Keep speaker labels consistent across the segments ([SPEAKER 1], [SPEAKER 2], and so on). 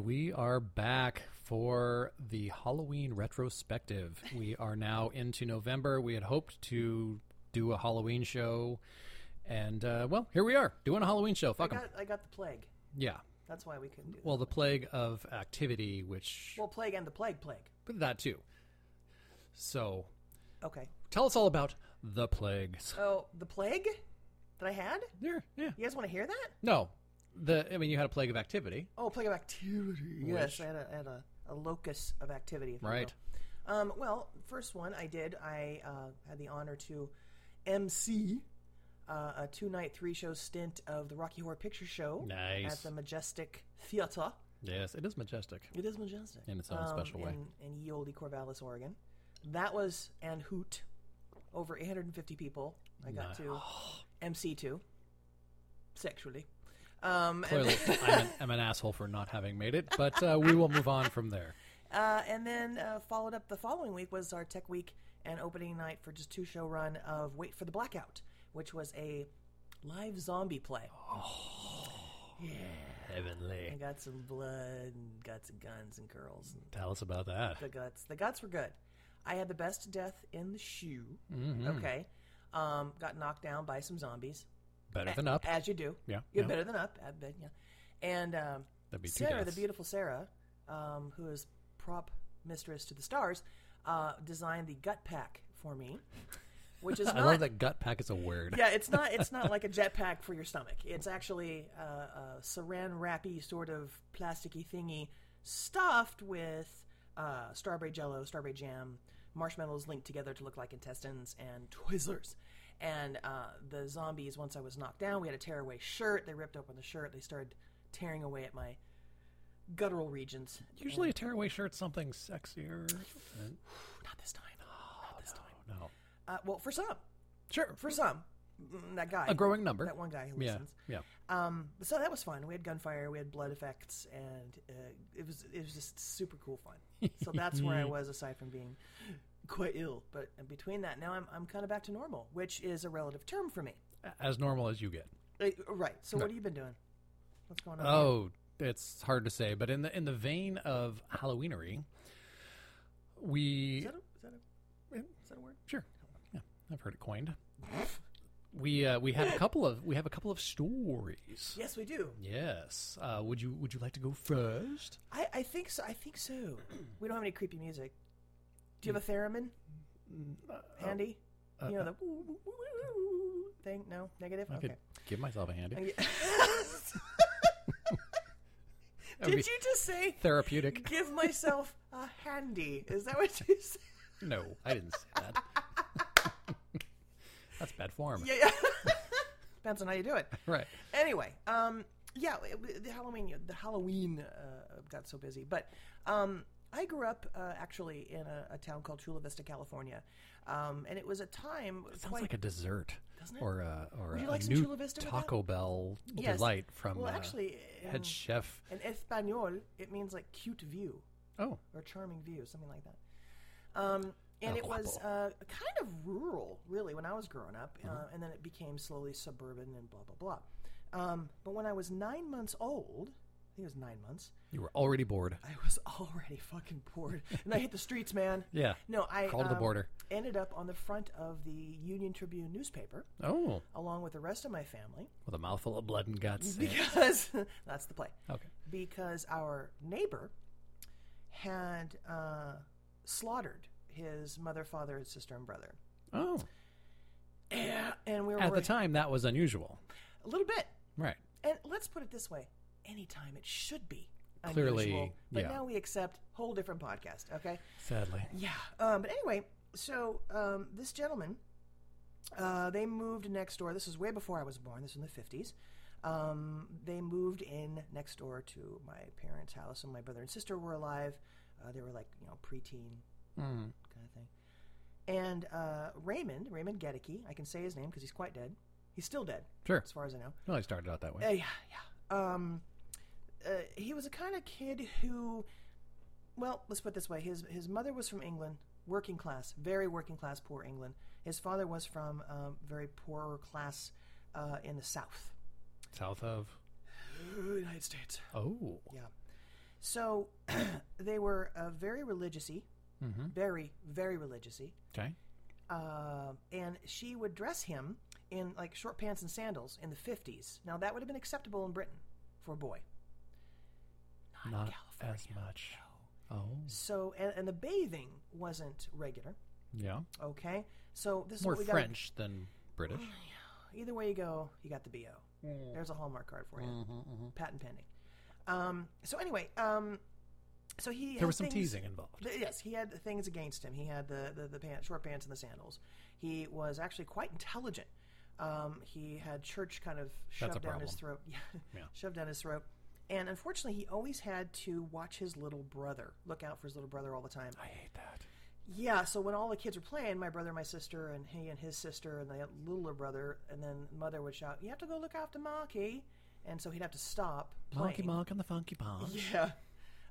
[SPEAKER 1] we are back for the Halloween retrospective. We are now into November. We had hoped to do a Halloween show, and uh, well, here we are doing a Halloween show.
[SPEAKER 2] I
[SPEAKER 1] Fuck 'em.
[SPEAKER 2] got, I got the plague.
[SPEAKER 1] Yeah.
[SPEAKER 2] That's why we couldn't do that.
[SPEAKER 1] Well, the plague of activity, which
[SPEAKER 2] Well, plague and the plague, plague.
[SPEAKER 1] but that too. So,
[SPEAKER 2] Okay.
[SPEAKER 1] tell us all about the plagues.
[SPEAKER 2] Oh, the plague that I had?
[SPEAKER 1] Yeah, yeah.
[SPEAKER 2] You guys want to hear that?
[SPEAKER 1] No, the I mean, you had a plague of activity,
[SPEAKER 2] Oh, plague of activity. Yes,
[SPEAKER 1] Which-
[SPEAKER 2] I had, a, I had a, a locus of activity. If you
[SPEAKER 1] right?
[SPEAKER 2] will. Um, well, first one I did, I uh, had the honor to MC uh, a two night, three show stint of the Rocky Horror Picture Show
[SPEAKER 1] Nice.
[SPEAKER 2] at the Majestic Theater.
[SPEAKER 1] Yes, it is majestic.
[SPEAKER 2] It is majestic. Um,
[SPEAKER 1] In its own special way.
[SPEAKER 2] In, in ye olde Corvallis, Oregon. That was an hoot. Over 850 people I got to MC to sexually. Um, and,
[SPEAKER 1] Clearly, I'm an, I'm an asshole for not having made it, but uh, we will move on from there.
[SPEAKER 2] uh, and then uh, followed up the following week was our tech week and opening night for just two show run of Wait for the Blackout, which was a live zombie play.
[SPEAKER 1] Oh. Heavenly,
[SPEAKER 2] And got some blood and got some guns and girls and
[SPEAKER 1] tell us about that.
[SPEAKER 2] the guts. The guts were good. I had the best death in the shoe.
[SPEAKER 1] Mm-hmm.
[SPEAKER 2] Okay. Um, got knocked down by some zombies.
[SPEAKER 1] Better than up.
[SPEAKER 2] As you do.
[SPEAKER 1] Yeah,
[SPEAKER 2] You're
[SPEAKER 1] yeah.
[SPEAKER 2] better than up. I bet, yeah. And um,
[SPEAKER 1] That'd be two
[SPEAKER 2] Sarah, the
[SPEAKER 1] deaths.
[SPEAKER 2] beautiful Sarah, um, who is prop mistress to the stars, uh, designed the gut pack for me, which is
[SPEAKER 1] I
[SPEAKER 2] not
[SPEAKER 1] love that gut pack is a word.
[SPEAKER 2] yeah, it's not it's not like a jetpack for your stomach. It's actually uh, a saran wrappy sort of plasticky thingy stuffed with uh, strawberry jello, strawberry jam, marshmallows linked together to look like intestines and Twizzlers. And uh, the zombies, once I was knocked down, we had a tearaway shirt. They ripped open the shirt. They started tearing away at my guttural regions.
[SPEAKER 1] Usually, a tearaway shirt's something sexier.
[SPEAKER 2] Not this time. Not this time.
[SPEAKER 1] Oh, no,
[SPEAKER 2] Uh, well, for some,
[SPEAKER 1] sure,
[SPEAKER 2] for some, Mm, that guy,
[SPEAKER 1] a growing number.
[SPEAKER 2] that one guy who
[SPEAKER 1] yeah,
[SPEAKER 2] listens.
[SPEAKER 1] yeah.
[SPEAKER 2] Um, so that was fun. We had gunfire, we had blood effects, and uh, it was it was just super cool fun. So that's where I was, aside from being quite ill. But between that, now I'm I'm kind of back to normal, which is a relative term for me.
[SPEAKER 1] As normal as you get.
[SPEAKER 2] Uh, right. So what have you been doing? What's going on?
[SPEAKER 1] Oh, it's hard to say, but in the in the vein of Halloweenery, we
[SPEAKER 2] Is that, a, is, that a, is that a word?
[SPEAKER 1] Sure. Yeah, I've heard it coined. we uh, we had a couple of we have a couple of stories.
[SPEAKER 2] Yes, we do.
[SPEAKER 1] Yes. Uh, would you Would you like to go first?
[SPEAKER 2] I, I think so. I think so. We don't have any creepy music. Do you have a theremin
[SPEAKER 1] Mm, uh,
[SPEAKER 2] handy? you know the thing? No, negative.
[SPEAKER 1] I
[SPEAKER 2] okay.
[SPEAKER 1] could give myself a hand.
[SPEAKER 2] Yeah.
[SPEAKER 1] That would
[SPEAKER 2] Did
[SPEAKER 1] be
[SPEAKER 2] you just say
[SPEAKER 1] therapeutic?
[SPEAKER 2] give myself a handy? Is that what you said?
[SPEAKER 1] no, I didn't say that. That's bad form.
[SPEAKER 2] Yeah, yeah. Depends on how you do it.
[SPEAKER 1] Right.
[SPEAKER 2] Anyway, um, yeah, it- it- the Halloween, the Halloween uh, got so busy, but um, I grew up uh, actually in a, a town called Chula Vista, California, um, and it was a time.
[SPEAKER 1] Sounds
[SPEAKER 2] quite-
[SPEAKER 1] like a dessert,
[SPEAKER 2] Doesn't it?
[SPEAKER 1] or a, or
[SPEAKER 2] Would you
[SPEAKER 1] a
[SPEAKER 2] like some
[SPEAKER 1] new
[SPEAKER 2] Chula Vista with that?
[SPEAKER 1] Taco Bell
[SPEAKER 2] Yes.
[SPEAKER 1] delight from
[SPEAKER 2] well,
[SPEAKER 1] uh,
[SPEAKER 2] actually, um, in,
[SPEAKER 1] head chef.
[SPEAKER 2] in Espanol, it means like cute view.
[SPEAKER 1] Oh,
[SPEAKER 2] or charming view, something like that. Um, and
[SPEAKER 1] El
[SPEAKER 2] it was
[SPEAKER 1] Guapo.
[SPEAKER 2] uh, kind of rural, really, when I was growing up, uh,
[SPEAKER 1] Mm-hmm.
[SPEAKER 2] and then it became slowly suburban and blah blah blah. Um, but when I was nine months old, I think it was nine months,
[SPEAKER 1] you were already bored.
[SPEAKER 2] I was already fucking bored, and I hit the streets, man.
[SPEAKER 1] Yeah.
[SPEAKER 2] No, I
[SPEAKER 1] Crawl to the
[SPEAKER 2] um,
[SPEAKER 1] border.
[SPEAKER 2] Ended up on the front of the Union Tribune newspaper,
[SPEAKER 1] Oh,
[SPEAKER 2] along with the rest of my family,
[SPEAKER 1] with a mouthful of blood and guts.
[SPEAKER 2] because that's the play
[SPEAKER 1] okay.
[SPEAKER 2] because our neighbor had uh, slaughtered his mother, father, and sister and brother.
[SPEAKER 1] Oh.
[SPEAKER 2] And, and we were
[SPEAKER 1] At the time, that was unusual.
[SPEAKER 2] a little bit.
[SPEAKER 1] Right.
[SPEAKER 2] And let's put it this way: anytime it should be
[SPEAKER 1] Clearly,
[SPEAKER 2] unusual, but
[SPEAKER 1] yeah.
[SPEAKER 2] now we accept whole different podcast. Okay.
[SPEAKER 1] Sadly.
[SPEAKER 2] Yeah. Um, but anyway, so um, this gentleman, uh, they moved next door. This was way before I was born. This was in the fifties. Um, they moved in next door to my parents' house, and my brother and sister were alive. Uh, they were like you know preteen
[SPEAKER 1] Mm.
[SPEAKER 2] kind of thing. And uh, Raymond, Raymond Gedeke, I can say his name because he's quite dead. He's still dead,
[SPEAKER 1] Sure.
[SPEAKER 2] as far as I know.
[SPEAKER 1] Well, I started out that way.
[SPEAKER 2] Uh, yeah, yeah. Um, uh, he was a kind of kid who, well, let's put it this way: his his mother was from England, working class, very working class, poor England. His father was from um, very poor class uh, in the South,
[SPEAKER 1] South of.
[SPEAKER 2] United States.
[SPEAKER 1] Oh.
[SPEAKER 2] Yeah. So they were uh, very religiousy,
[SPEAKER 1] Mm-hmm.
[SPEAKER 2] very very religiousy,
[SPEAKER 1] Okay.
[SPEAKER 2] uh, and she would dress him in like short pants and sandals in the fifties. Now that would have been acceptable in Britain for a boy. Not, in
[SPEAKER 1] Not
[SPEAKER 2] California.
[SPEAKER 1] as much. Oh.
[SPEAKER 2] So and, and the bathing wasn't regular.
[SPEAKER 1] Yeah.
[SPEAKER 2] Okay, so this
[SPEAKER 1] More
[SPEAKER 2] is what we
[SPEAKER 1] French than British.
[SPEAKER 2] Got. Either way you go, you got the bo.
[SPEAKER 1] Mm.
[SPEAKER 2] There's a hallmark card for you,
[SPEAKER 1] Mm-hmm,
[SPEAKER 2] patent pending. Um, so anyway, um, so he
[SPEAKER 1] There
[SPEAKER 2] had
[SPEAKER 1] was some
[SPEAKER 2] things-
[SPEAKER 1] teasing involved.
[SPEAKER 2] Th- Yes, he had the things against him. He had the the, the pants, short pants, and the sandals. He was actually quite intelligent. Um, he had church kind of
[SPEAKER 1] a
[SPEAKER 2] shoved down his throat. Yeah,
[SPEAKER 1] Yeah.
[SPEAKER 2] shoved down his throat. And unfortunately, he always had to watch his little brother, look out for his little brother all the time.
[SPEAKER 1] I hate that.
[SPEAKER 2] Yeah, so when all the kids were playing, my brother, my sister, and he and his sister, and the littler brother, and then mother would shout, "You have to go look after Marky," and so he'd have to stop
[SPEAKER 1] Monkey
[SPEAKER 2] playing.
[SPEAKER 1] Mark and the Funky Punch.
[SPEAKER 2] Yeah.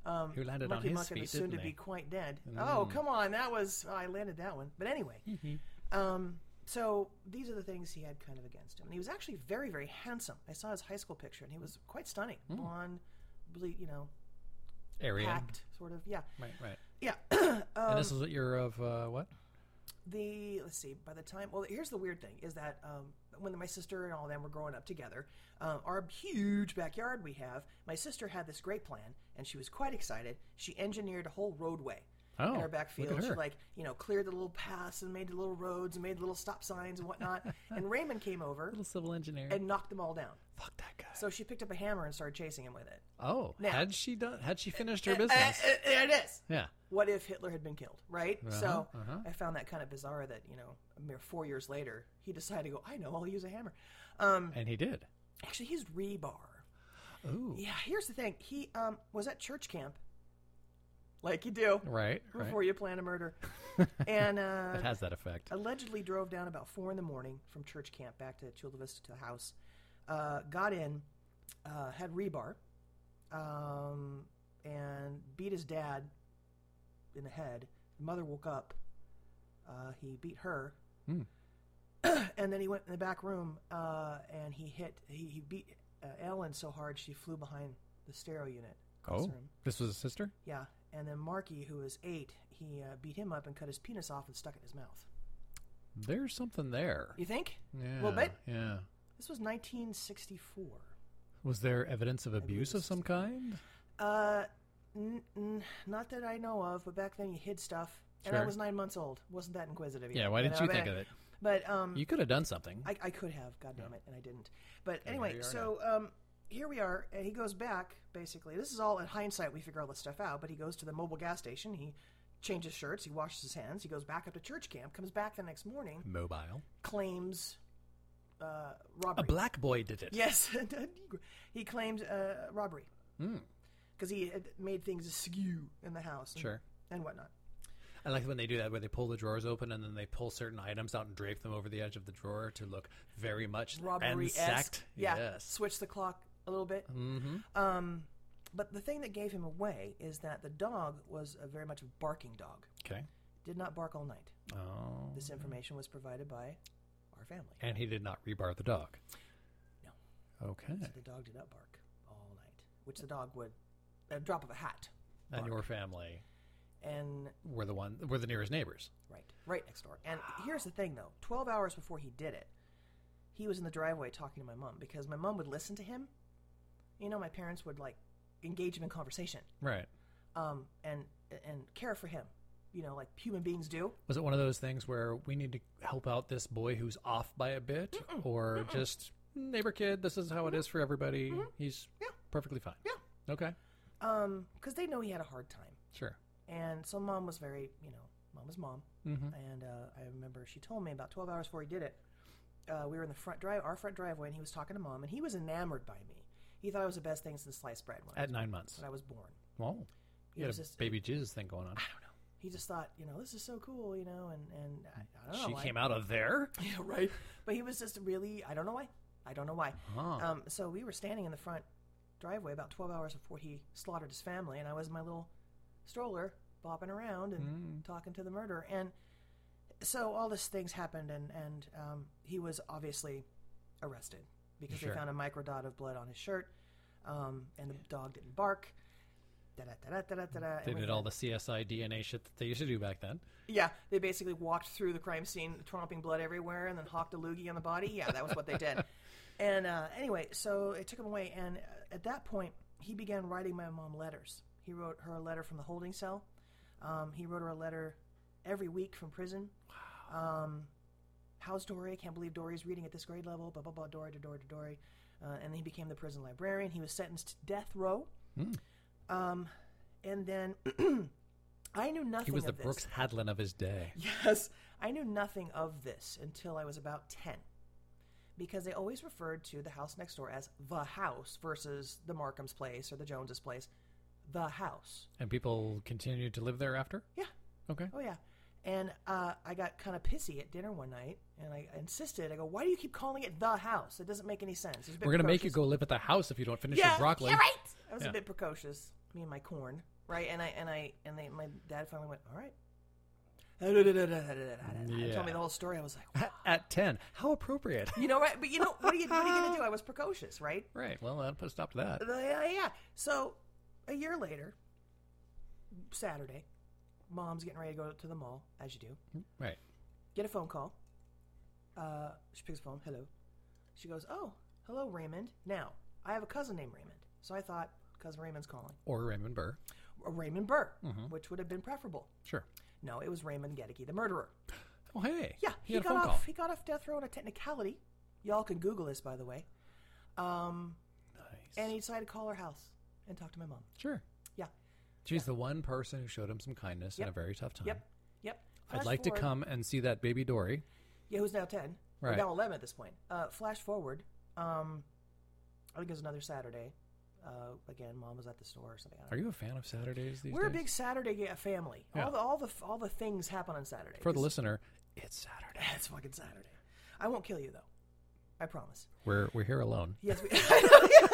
[SPEAKER 2] Um,
[SPEAKER 1] Who landed on
[SPEAKER 2] Monkey
[SPEAKER 1] his
[SPEAKER 2] Monk and
[SPEAKER 1] feet,
[SPEAKER 2] is soon to
[SPEAKER 1] didn't Mm-hmm.
[SPEAKER 2] be
[SPEAKER 1] he?
[SPEAKER 2] quite dead. Oh, come on. That was. oh, I landed that one. But anyway.
[SPEAKER 1] Mm-hmm.
[SPEAKER 2] um, so these are the things he had kind of against him. And he was actually very, very handsome. I saw his high school picture and he was quite stunning.
[SPEAKER 1] Hmm.
[SPEAKER 2] Blonde, ble- you know,
[SPEAKER 1] Arian.
[SPEAKER 2] packed, sort of. Yeah.
[SPEAKER 1] Right, right.
[SPEAKER 2] Yeah. Uh,
[SPEAKER 1] and
[SPEAKER 2] Um,
[SPEAKER 1] this is what you're of uh, what?
[SPEAKER 2] the let's see by the time well here's the weird thing is that um, when my sister and all of them were growing up together um, our huge backyard we have my sister had this great plan and she was quite excited she engineered a whole roadway
[SPEAKER 1] Oh,
[SPEAKER 2] in our
[SPEAKER 1] look
[SPEAKER 2] back
[SPEAKER 1] at
[SPEAKER 2] field she
[SPEAKER 1] her.
[SPEAKER 2] like you know cleared the little paths and made the little roads and made the little stop signs and whatnot and raymond came over
[SPEAKER 1] Little civil engineer.
[SPEAKER 2] and knocked them all down
[SPEAKER 1] Fuck that guy.
[SPEAKER 2] so she picked up a hammer and started chasing him with it
[SPEAKER 1] Oh,
[SPEAKER 2] Now-
[SPEAKER 1] had she done? Had she finished her
[SPEAKER 2] Uh, uh,
[SPEAKER 1] business?
[SPEAKER 2] uh, there it is
[SPEAKER 1] Yeah.
[SPEAKER 2] what if Hitler had been killed, right? so
[SPEAKER 1] Uh-huh, uh-huh.
[SPEAKER 2] I found that kind of bizarre that, you know, a mere four years later, he decided to go, I know, I'll use a hammer. Um,
[SPEAKER 1] And he did.
[SPEAKER 2] actually, he's rebar.
[SPEAKER 1] Ooh.
[SPEAKER 2] Yeah, here's the thing. He um, was at church camp, like you do,
[SPEAKER 1] Right. Right.
[SPEAKER 2] before you plan a murder, and uh,
[SPEAKER 1] it has that effect.
[SPEAKER 2] allegedly drove down about four in the morning from church camp back to Chula Vista to the house. Uh, got in, uh, had rebar, um, and beat his dad in the head. The mother woke up. Uh, he beat her,
[SPEAKER 1] Hmm.
[SPEAKER 2] and then he went in the back room uh, and he hit. He, he beat uh, Ellen so hard she flew behind the stereo unit. across
[SPEAKER 1] Oh,
[SPEAKER 2] the room.
[SPEAKER 1] this was a sister.
[SPEAKER 2] yeah. And then Marky, who was eight, he uh, beat him up and cut his penis off and stuck it in his mouth.
[SPEAKER 1] There's something there.
[SPEAKER 2] You think?
[SPEAKER 1] Yeah.
[SPEAKER 2] little bit.
[SPEAKER 1] Yeah.
[SPEAKER 2] This was 1964.
[SPEAKER 1] Was there evidence of
[SPEAKER 2] believe
[SPEAKER 1] abuse of
[SPEAKER 2] it's
[SPEAKER 1] some kind?
[SPEAKER 2] Uh, n- n- not that I know of, but back then you hid stuff, and I
[SPEAKER 1] Sure.
[SPEAKER 2] was nine months old. Wasn't that inquisitive?
[SPEAKER 1] Yeah. Why didn't you think of it?
[SPEAKER 2] But um,
[SPEAKER 1] You could have done something.
[SPEAKER 2] I, I could have, God damn it, and I didn't. But
[SPEAKER 1] here
[SPEAKER 2] anyway,
[SPEAKER 1] you are
[SPEAKER 2] so um, here we are, and he goes back. Basically, this is all in hindsight. We figure all this stuff out. But he goes to the mobile gas station. He changes shirts. He washes his hands. He goes back up to church camp. Comes back the next morning.
[SPEAKER 1] Mobile.
[SPEAKER 2] Claims uh,
[SPEAKER 1] A
[SPEAKER 2] robbery.
[SPEAKER 1] black boy did it.
[SPEAKER 2] Yes, he claimed uh, robbery
[SPEAKER 1] Mm,
[SPEAKER 2] because he had made things askew in the house. And,
[SPEAKER 1] sure.
[SPEAKER 2] And whatnot.
[SPEAKER 1] I like when they do that, where they pull the drawers open and then they pull certain items out and drape them over the edge of the drawer to look very much
[SPEAKER 2] Robbery esque.
[SPEAKER 1] ransacked.
[SPEAKER 2] Yeah.
[SPEAKER 1] Yes.
[SPEAKER 2] Switch the clock a little bit.
[SPEAKER 1] Mm-hmm.
[SPEAKER 2] Um, but the thing that gave him away is that the dog was a very much a barking dog.
[SPEAKER 1] Okay.
[SPEAKER 2] Did not bark all night.
[SPEAKER 1] Oh.
[SPEAKER 2] This information was provided by our family.
[SPEAKER 1] And he did not rebar the dog.
[SPEAKER 2] No.
[SPEAKER 1] Okay.
[SPEAKER 2] So the dog did not bark all night, which the dog would, a drop of a hat.
[SPEAKER 1] And your family
[SPEAKER 2] And
[SPEAKER 1] were the one were the nearest neighbors.
[SPEAKER 2] Right, right next door. And here's the thing, though: twelve hours before he did it, he was in the driveway talking to my mom because my mom would listen to him. You know, my parents would like engage him in conversation,
[SPEAKER 1] Right.
[SPEAKER 2] um, and and care for him. You know, like human beings do.
[SPEAKER 1] Was it one of those things where we need to help out this boy who's off by a bit, or just neighbor kid? This is how it is for everybody. He's
[SPEAKER 2] Mm-hmm. Yeah.
[SPEAKER 1] perfectly fine.
[SPEAKER 2] Yeah.
[SPEAKER 1] Okay.
[SPEAKER 2] because Um, they know he had a hard time.
[SPEAKER 1] Sure.
[SPEAKER 2] And so mom was very, you know, mom was mom.
[SPEAKER 1] Mm-hmm.
[SPEAKER 2] And uh, I remember she told me about 12 hours before he did it. Uh, we were in the front drive, our front driveway, and he was talking to mom, and he was enamored by me. He thought I was the best thing since sliced bread when, I,
[SPEAKER 1] At nine months.
[SPEAKER 2] when I was born.
[SPEAKER 1] Well,
[SPEAKER 2] He
[SPEAKER 1] you had
[SPEAKER 2] was
[SPEAKER 1] a
[SPEAKER 2] just-
[SPEAKER 1] baby Jesus thing going on.
[SPEAKER 2] I don't know. He just thought, you know, this is so cool, you know, and and Oh, I, I don't know.
[SPEAKER 1] She
[SPEAKER 2] why.
[SPEAKER 1] came out of there.
[SPEAKER 2] yeah, right. But he was just really, I don't know why. I don't know why.
[SPEAKER 1] Huh.
[SPEAKER 2] Um, so we were standing in the front driveway about 12 hours before he slaughtered his family, and I was in my little stroller bopping around and
[SPEAKER 1] Mm.
[SPEAKER 2] talking to the murderer, and so all these things happened, and and um, he was obviously arrested because
[SPEAKER 1] Sure.
[SPEAKER 2] they found a microdot of blood on his shirt, um, and the dog didn't bark. da da da da da da da.
[SPEAKER 1] They did all the CSI DNA shit that they used to do back then.
[SPEAKER 2] Yeah, they basically walked through the crime scene, tromping blood everywhere, and then hawked a loogie on the body. Yeah, that was what they did. And uh, anyway, so it took him away, and uh, at that point, he began writing my mom letters. He wrote her a letter from the holding cell. Um, he wrote her a letter every week from prison. Um, how's Dory? Can't believe Dory's reading at this grade level. Blah blah blah. Dory to Dory to Dory. Uh, and he became the prison librarian. He was sentenced to death row.
[SPEAKER 1] Hmm.
[SPEAKER 2] Um, and then I knew nothing.
[SPEAKER 1] He was
[SPEAKER 2] of
[SPEAKER 1] the
[SPEAKER 2] this.
[SPEAKER 1] Brooks Hadlin of his day.
[SPEAKER 2] Yes, I knew nothing of this until I was about 10 because they always referred to the house next door as the house versus the Markham's place or the Jones's place. The house.
[SPEAKER 1] And people continued to live there after?
[SPEAKER 2] Yeah.
[SPEAKER 1] Okay.
[SPEAKER 2] Oh, yeah. And uh, I got kind of pissy at dinner one night and I insisted. I go, why do you keep calling it the house? It doesn't make any sense.
[SPEAKER 1] We're going to make you go live at the house if you don't finish your broccoli.
[SPEAKER 2] Yeah, right. I was
[SPEAKER 1] Yeah.
[SPEAKER 2] a bit precocious. Me and my corn, right? And I and I and they, my dad finally went, "All right."
[SPEAKER 1] Yeah.
[SPEAKER 2] Told me the whole story. I was like,
[SPEAKER 1] At 10. How appropriate.
[SPEAKER 2] You know, right? But you know, what are you, what are you going to do? I was precocious, right?
[SPEAKER 1] right. Well, I'll put a stop to that.
[SPEAKER 2] Uh, Yeah, yeah. So a year later, Saturday, mom's getting ready to go to the mall, as you do.
[SPEAKER 1] Right.
[SPEAKER 2] Get a phone call. Uh, she picks up the phone. Hello. She goes, Oh, hello, Raymond. Now, I have a cousin named Raymond. So I thought, Cousin Raymond's calling.
[SPEAKER 1] Or Raymond Burr.
[SPEAKER 2] Or Raymond Burr,
[SPEAKER 1] Mm-hmm.
[SPEAKER 2] which would have been preferable.
[SPEAKER 1] Sure.
[SPEAKER 2] No, it was Raymond Gedeke, the murderer.
[SPEAKER 1] Oh, hey.
[SPEAKER 2] Yeah,
[SPEAKER 1] He,
[SPEAKER 2] he,
[SPEAKER 1] had a
[SPEAKER 2] got
[SPEAKER 1] phone
[SPEAKER 2] off.
[SPEAKER 1] call.
[SPEAKER 2] He got off death row on a technicality. Y'all can Google this, by the way. Um,
[SPEAKER 1] Nice.
[SPEAKER 2] and he decided to call her house and talk to my mom.
[SPEAKER 1] Sure.
[SPEAKER 2] Yeah.
[SPEAKER 1] She's the one person who showed him some kindness in a
[SPEAKER 2] Yep.
[SPEAKER 1] very tough time.
[SPEAKER 2] Yep. Yep.
[SPEAKER 1] I'd like to come and see that baby Dory.
[SPEAKER 2] Yeah, who's now ten? or
[SPEAKER 1] Right.
[SPEAKER 2] Now eleven at this point. Uh, flash forward. Um, I think it was another Saturday. Uh, again, mom was at the store or something. I
[SPEAKER 1] Are
[SPEAKER 2] don't
[SPEAKER 1] you a fan of Saturdays these
[SPEAKER 2] know. We're a
[SPEAKER 1] days?
[SPEAKER 2] big Saturday ga- family.
[SPEAKER 1] Yeah.
[SPEAKER 2] All the all the all the things happen on Saturday.
[SPEAKER 1] For the
[SPEAKER 2] 'Cause-
[SPEAKER 1] listener, it's Saturday.
[SPEAKER 2] It's fucking Saturday. I won't kill you though. I promise.
[SPEAKER 1] We're, we're here alone.
[SPEAKER 2] Yes, we.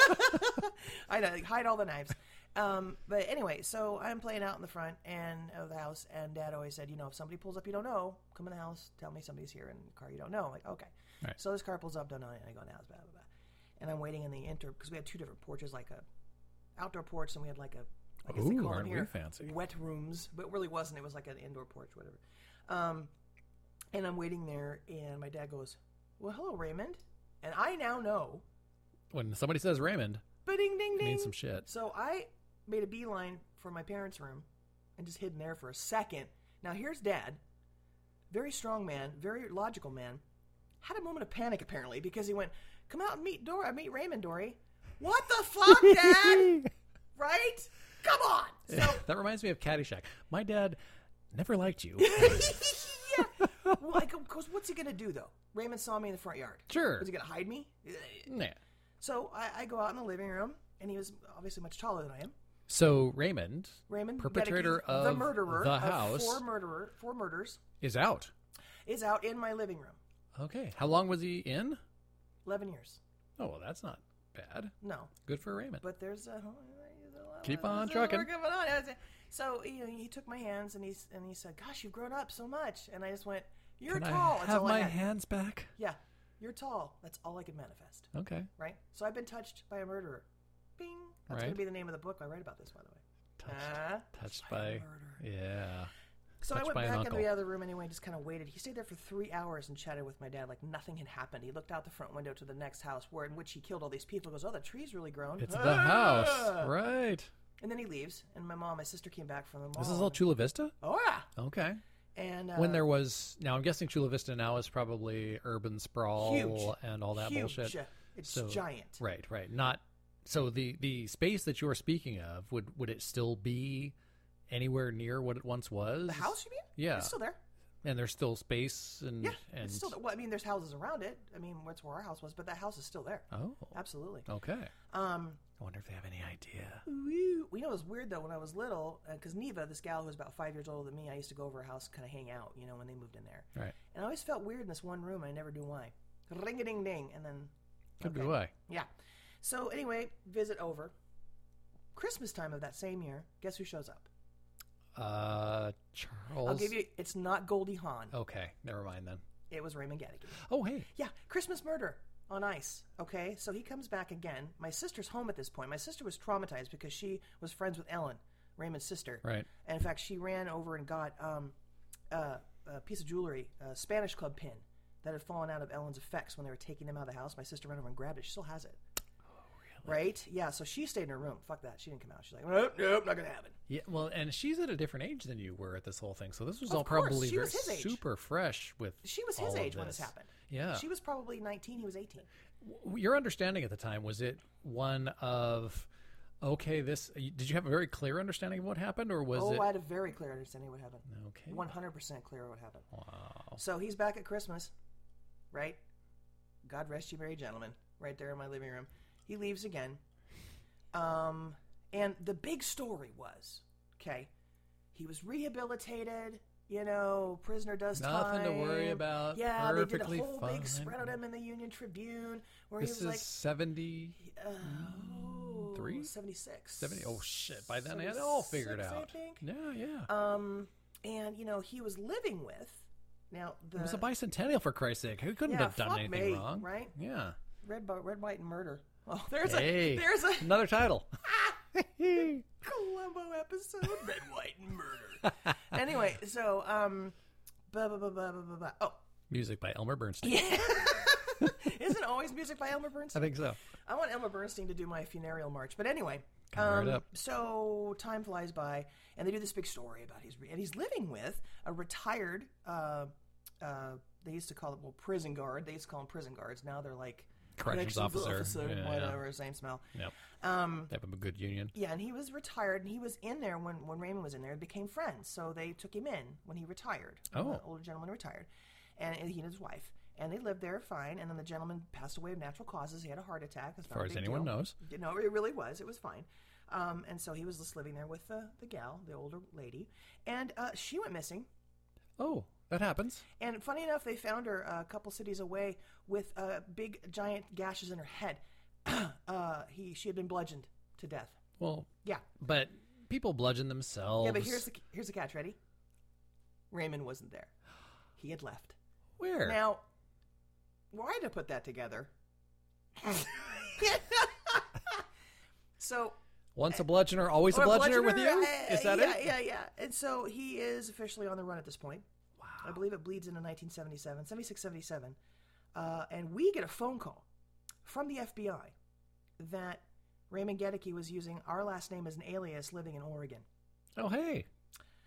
[SPEAKER 2] I know. like, hide all the knives. Um, but anyway, so I'm playing out in the front and of the house, and Dad always said, you know, if somebody pulls up, you don't know. Come in the house, tell me somebody's here in the car you don't know. I'm like, okay.
[SPEAKER 1] Right.
[SPEAKER 2] So this car pulls up, don't know, and I go in the house, blah blah blah, and I'm waiting in the inter because we had two different porches, like a outdoor porch, and we had like a I guess they
[SPEAKER 1] Ooh,
[SPEAKER 2] call them
[SPEAKER 1] aren't we
[SPEAKER 2] here
[SPEAKER 1] fancy.
[SPEAKER 2] wet rooms, but it really wasn't. It was like an indoor porch, whatever. Um, and I'm waiting there, and my dad goes, "Well, hello, Raymond," and I now know
[SPEAKER 1] When somebody says Raymond,
[SPEAKER 2] but ding ding
[SPEAKER 1] it
[SPEAKER 2] ding.
[SPEAKER 1] means some shit.
[SPEAKER 2] So I made a beeline for my parents' room and just hid in there for a second. Now here's dad, very strong man, very logical man, had a moment of panic apparently because he went, "Come out and meet Dory, meet Raymond Dory." What the fuck, dad? right? Come on. So
[SPEAKER 1] that reminds me of Caddyshack. My dad never liked you.
[SPEAKER 2] yeah. Well, like, of course, what's he gonna do though? Raymond saw me in the front yard.
[SPEAKER 1] Sure.
[SPEAKER 2] Is he gonna hide me? Uh,
[SPEAKER 1] Nah.
[SPEAKER 2] So I, I go out in the living room, and he was obviously much taller than I am.
[SPEAKER 1] So Raymond
[SPEAKER 2] Raymond,
[SPEAKER 1] Perpetrator
[SPEAKER 2] Gedeke, the
[SPEAKER 1] of
[SPEAKER 2] murderer,
[SPEAKER 1] the
[SPEAKER 2] of
[SPEAKER 1] house.
[SPEAKER 2] four murderer, four murders,
[SPEAKER 1] is out.
[SPEAKER 2] is out in my living room.
[SPEAKER 1] Okay. How long was he in?
[SPEAKER 2] Eleven years.
[SPEAKER 1] Oh, well, that's not bad.
[SPEAKER 2] No,
[SPEAKER 1] Good for Raymond.
[SPEAKER 2] but there's a
[SPEAKER 1] Keep on
[SPEAKER 2] there's a-
[SPEAKER 1] trucking.
[SPEAKER 2] we're going on. So you know, he took my hands and he and he said, "Gosh, you've grown up so much." And I just went, "You're
[SPEAKER 1] Can
[SPEAKER 2] tall."
[SPEAKER 1] I
[SPEAKER 2] That's
[SPEAKER 1] have
[SPEAKER 2] all
[SPEAKER 1] my
[SPEAKER 2] I had.
[SPEAKER 1] hands back?
[SPEAKER 2] Yeah, you're tall. That's all I could manifest.
[SPEAKER 1] Okay.
[SPEAKER 2] Right. So I've been touched by a murderer. Bing. That's
[SPEAKER 1] Right.
[SPEAKER 2] going to be the name of the book I write about this, by the way.
[SPEAKER 1] Touched.
[SPEAKER 2] Ah.
[SPEAKER 1] Touched
[SPEAKER 2] By a
[SPEAKER 1] by.
[SPEAKER 2] murderer.
[SPEAKER 1] Yeah.
[SPEAKER 2] So I
[SPEAKER 1] Touched
[SPEAKER 2] went
[SPEAKER 1] by an
[SPEAKER 2] back into the
[SPEAKER 1] uncle.
[SPEAKER 2] other room anyway, just kind of waited. He stayed there for three hours and chatted with my dad like nothing had happened. He looked out the front window to the next house where in which he killed all these people. He goes, oh, the tree's really grown.
[SPEAKER 1] It's the
[SPEAKER 2] Ah!
[SPEAKER 1] house. Right.
[SPEAKER 2] And then he leaves. And my mom, my sister came back from the mall.
[SPEAKER 1] This is all Chula Vista?
[SPEAKER 2] Oh, yeah.
[SPEAKER 1] Okay.
[SPEAKER 2] And uh,
[SPEAKER 1] when there was. Now, I'm guessing Chula Vista now is probably urban sprawl
[SPEAKER 2] Huge.
[SPEAKER 1] and all that
[SPEAKER 2] huge.
[SPEAKER 1] bullshit.
[SPEAKER 2] It's
[SPEAKER 1] So-
[SPEAKER 2] giant.
[SPEAKER 1] Right, right. Not. So the, the space that you're speaking of, would, would it still be anywhere near what it once was?
[SPEAKER 2] The house, you mean?
[SPEAKER 1] Yeah.
[SPEAKER 2] It's still there.
[SPEAKER 1] And there's still space and.
[SPEAKER 2] Yeah.
[SPEAKER 1] and
[SPEAKER 2] It's still there. Well, I mean, there's houses around it. I mean, that's where our house was, but that house is still there.
[SPEAKER 1] Oh.
[SPEAKER 2] Absolutely.
[SPEAKER 1] Okay.
[SPEAKER 2] Um,
[SPEAKER 1] I wonder if they have any idea.
[SPEAKER 2] Ooh. You know, it was weird though when I was little, because Neva, this gal who was about five years older than me, I used to go over her house, kind of hang out, you know, when they moved in there.
[SPEAKER 1] Right.
[SPEAKER 2] And I always felt weird in this one room. I never knew why. Ring a ding ding, and then
[SPEAKER 1] Could be
[SPEAKER 2] Okay.
[SPEAKER 1] why.
[SPEAKER 2] yeah. So anyway, visit over. Christmas time of that same year, guess who shows up?
[SPEAKER 1] Uh, Charles.
[SPEAKER 2] I'll give you. It's not Goldie Hawn.
[SPEAKER 1] Okay, never mind then.
[SPEAKER 2] It was Raymond Gaddick.
[SPEAKER 1] Oh hey,
[SPEAKER 2] Yeah, Christmas murder on ice. Okay, so he comes back again. My sister's home at this point. My sister was traumatized because she was friends with Ellen, Raymond's sister.
[SPEAKER 1] Right.
[SPEAKER 2] And in fact, she ran over and got um, uh, a piece of jewelry, a Spanish club pin that had fallen out of Ellen's effects when they were taking them out of the house. My sister ran over and grabbed it. She still has it.
[SPEAKER 1] Oh,
[SPEAKER 2] Right? Yeah. So she stayed in her room. Fuck that. She didn't come out. She's like, nope, nope, not gonna happen.
[SPEAKER 1] Yeah, well, and she's at a different age than you were at this whole thing, so this was
[SPEAKER 2] Of
[SPEAKER 1] all
[SPEAKER 2] course,
[SPEAKER 1] probably
[SPEAKER 2] she
[SPEAKER 1] very
[SPEAKER 2] was his age.
[SPEAKER 1] super fresh with.
[SPEAKER 2] She was
[SPEAKER 1] all
[SPEAKER 2] his
[SPEAKER 1] of
[SPEAKER 2] age when this
[SPEAKER 1] this.
[SPEAKER 2] happened.
[SPEAKER 1] Yeah,
[SPEAKER 2] She was probably 19. He was 18.
[SPEAKER 1] W- your understanding at the time was it one of, okay, this uh, did you have a very clear understanding of what happened, or was
[SPEAKER 2] oh,
[SPEAKER 1] it
[SPEAKER 2] I had a very clear understanding of what happened.
[SPEAKER 1] okay?
[SPEAKER 2] 100% clear what happened.
[SPEAKER 1] Wow.
[SPEAKER 2] So he's back at Christmas, right? God rest you, merry gentlemen, right there in my living room. He leaves again. Um, and the big story was okay, he was rehabilitated, you know, prisoner does
[SPEAKER 1] Nothing to worry
[SPEAKER 2] time.
[SPEAKER 1] about,
[SPEAKER 2] Yeah, they did a
[SPEAKER 1] perfectly
[SPEAKER 2] whole big spread
[SPEAKER 1] fine.
[SPEAKER 2] on him in the Union Tribune where
[SPEAKER 1] This
[SPEAKER 2] he
[SPEAKER 1] is
[SPEAKER 2] was
[SPEAKER 1] seventy.
[SPEAKER 2] like, oh,
[SPEAKER 1] three?
[SPEAKER 2] 76.
[SPEAKER 1] 70 oh shit by then they had it all figured
[SPEAKER 2] 76, I
[SPEAKER 1] out
[SPEAKER 2] think.
[SPEAKER 1] yeah yeah
[SPEAKER 2] Um, and, you know, he was living with. Now, the,
[SPEAKER 1] it was a bicentennial for christ's sake who couldn't
[SPEAKER 2] Yeah,
[SPEAKER 1] have done
[SPEAKER 2] fuck
[SPEAKER 1] anything
[SPEAKER 2] me,
[SPEAKER 1] wrong
[SPEAKER 2] right?
[SPEAKER 1] yeah
[SPEAKER 2] Red, Bo- Red, White, and Murder. Oh, there's
[SPEAKER 1] hey
[SPEAKER 2] a there's a
[SPEAKER 1] another title
[SPEAKER 2] Columbo episode. Red, White, and Murder. anyway, so um, blah blah blah blah blah blah. blah. Oh,
[SPEAKER 1] music by elmer bernstein
[SPEAKER 2] yeah. Isn't always music by Elmer
[SPEAKER 1] i
[SPEAKER 2] Bernstein?
[SPEAKER 1] think so
[SPEAKER 2] I want Elmer Bernstein to do my funereal march. But anyway,
[SPEAKER 1] Cover it
[SPEAKER 2] um,
[SPEAKER 1] up.
[SPEAKER 2] so time flies by, and they do this big story about his and he's living with a retired. Uh, uh, they used to call it well prison guard. They used to call them prison guards. Now they're like
[SPEAKER 1] Corrections officer. Yeah, yeah.
[SPEAKER 2] whatever, same smell.
[SPEAKER 1] yep
[SPEAKER 2] Um,
[SPEAKER 1] they have a good union
[SPEAKER 2] Yeah, and he was retired, and he was in there when, when Raymond was in there. They became friends, so they took him in when he retired. when
[SPEAKER 1] Oh.
[SPEAKER 2] the older gentleman retired, and and he and his wife, and they lived there fine. And then the gentleman passed away of natural causes. He had a heart attack. As
[SPEAKER 1] as far as anyone knows
[SPEAKER 2] you know, it really was. It was fine. Um, and so he was just living there with the, the gal, the older lady, and uh, she went missing.
[SPEAKER 1] oh that happens
[SPEAKER 2] And funny enough, they found her uh, a couple cities away with uh, big giant gashes in her head. uh, he she had been bludgeoned to death.
[SPEAKER 1] well
[SPEAKER 2] Yeah.
[SPEAKER 1] but people bludgeon themselves
[SPEAKER 2] Yeah, but here's the here's the catch. Ready? Raymond wasn't there. He had left.
[SPEAKER 1] where
[SPEAKER 2] Now, why to put that together? so
[SPEAKER 1] once a bludgeoner always a
[SPEAKER 2] or
[SPEAKER 1] bludgeoner with you
[SPEAKER 2] uh,
[SPEAKER 1] is that
[SPEAKER 2] yeah,
[SPEAKER 1] it
[SPEAKER 2] Yeah, yeah. And so he is officially on the run at this point.
[SPEAKER 1] wow
[SPEAKER 2] I believe it bleeds into 1977, 76, 77. Uh, and we get a phone call from the FBI that Raymond Gedeke was using our last name as an alias living in Oregon.
[SPEAKER 1] oh hey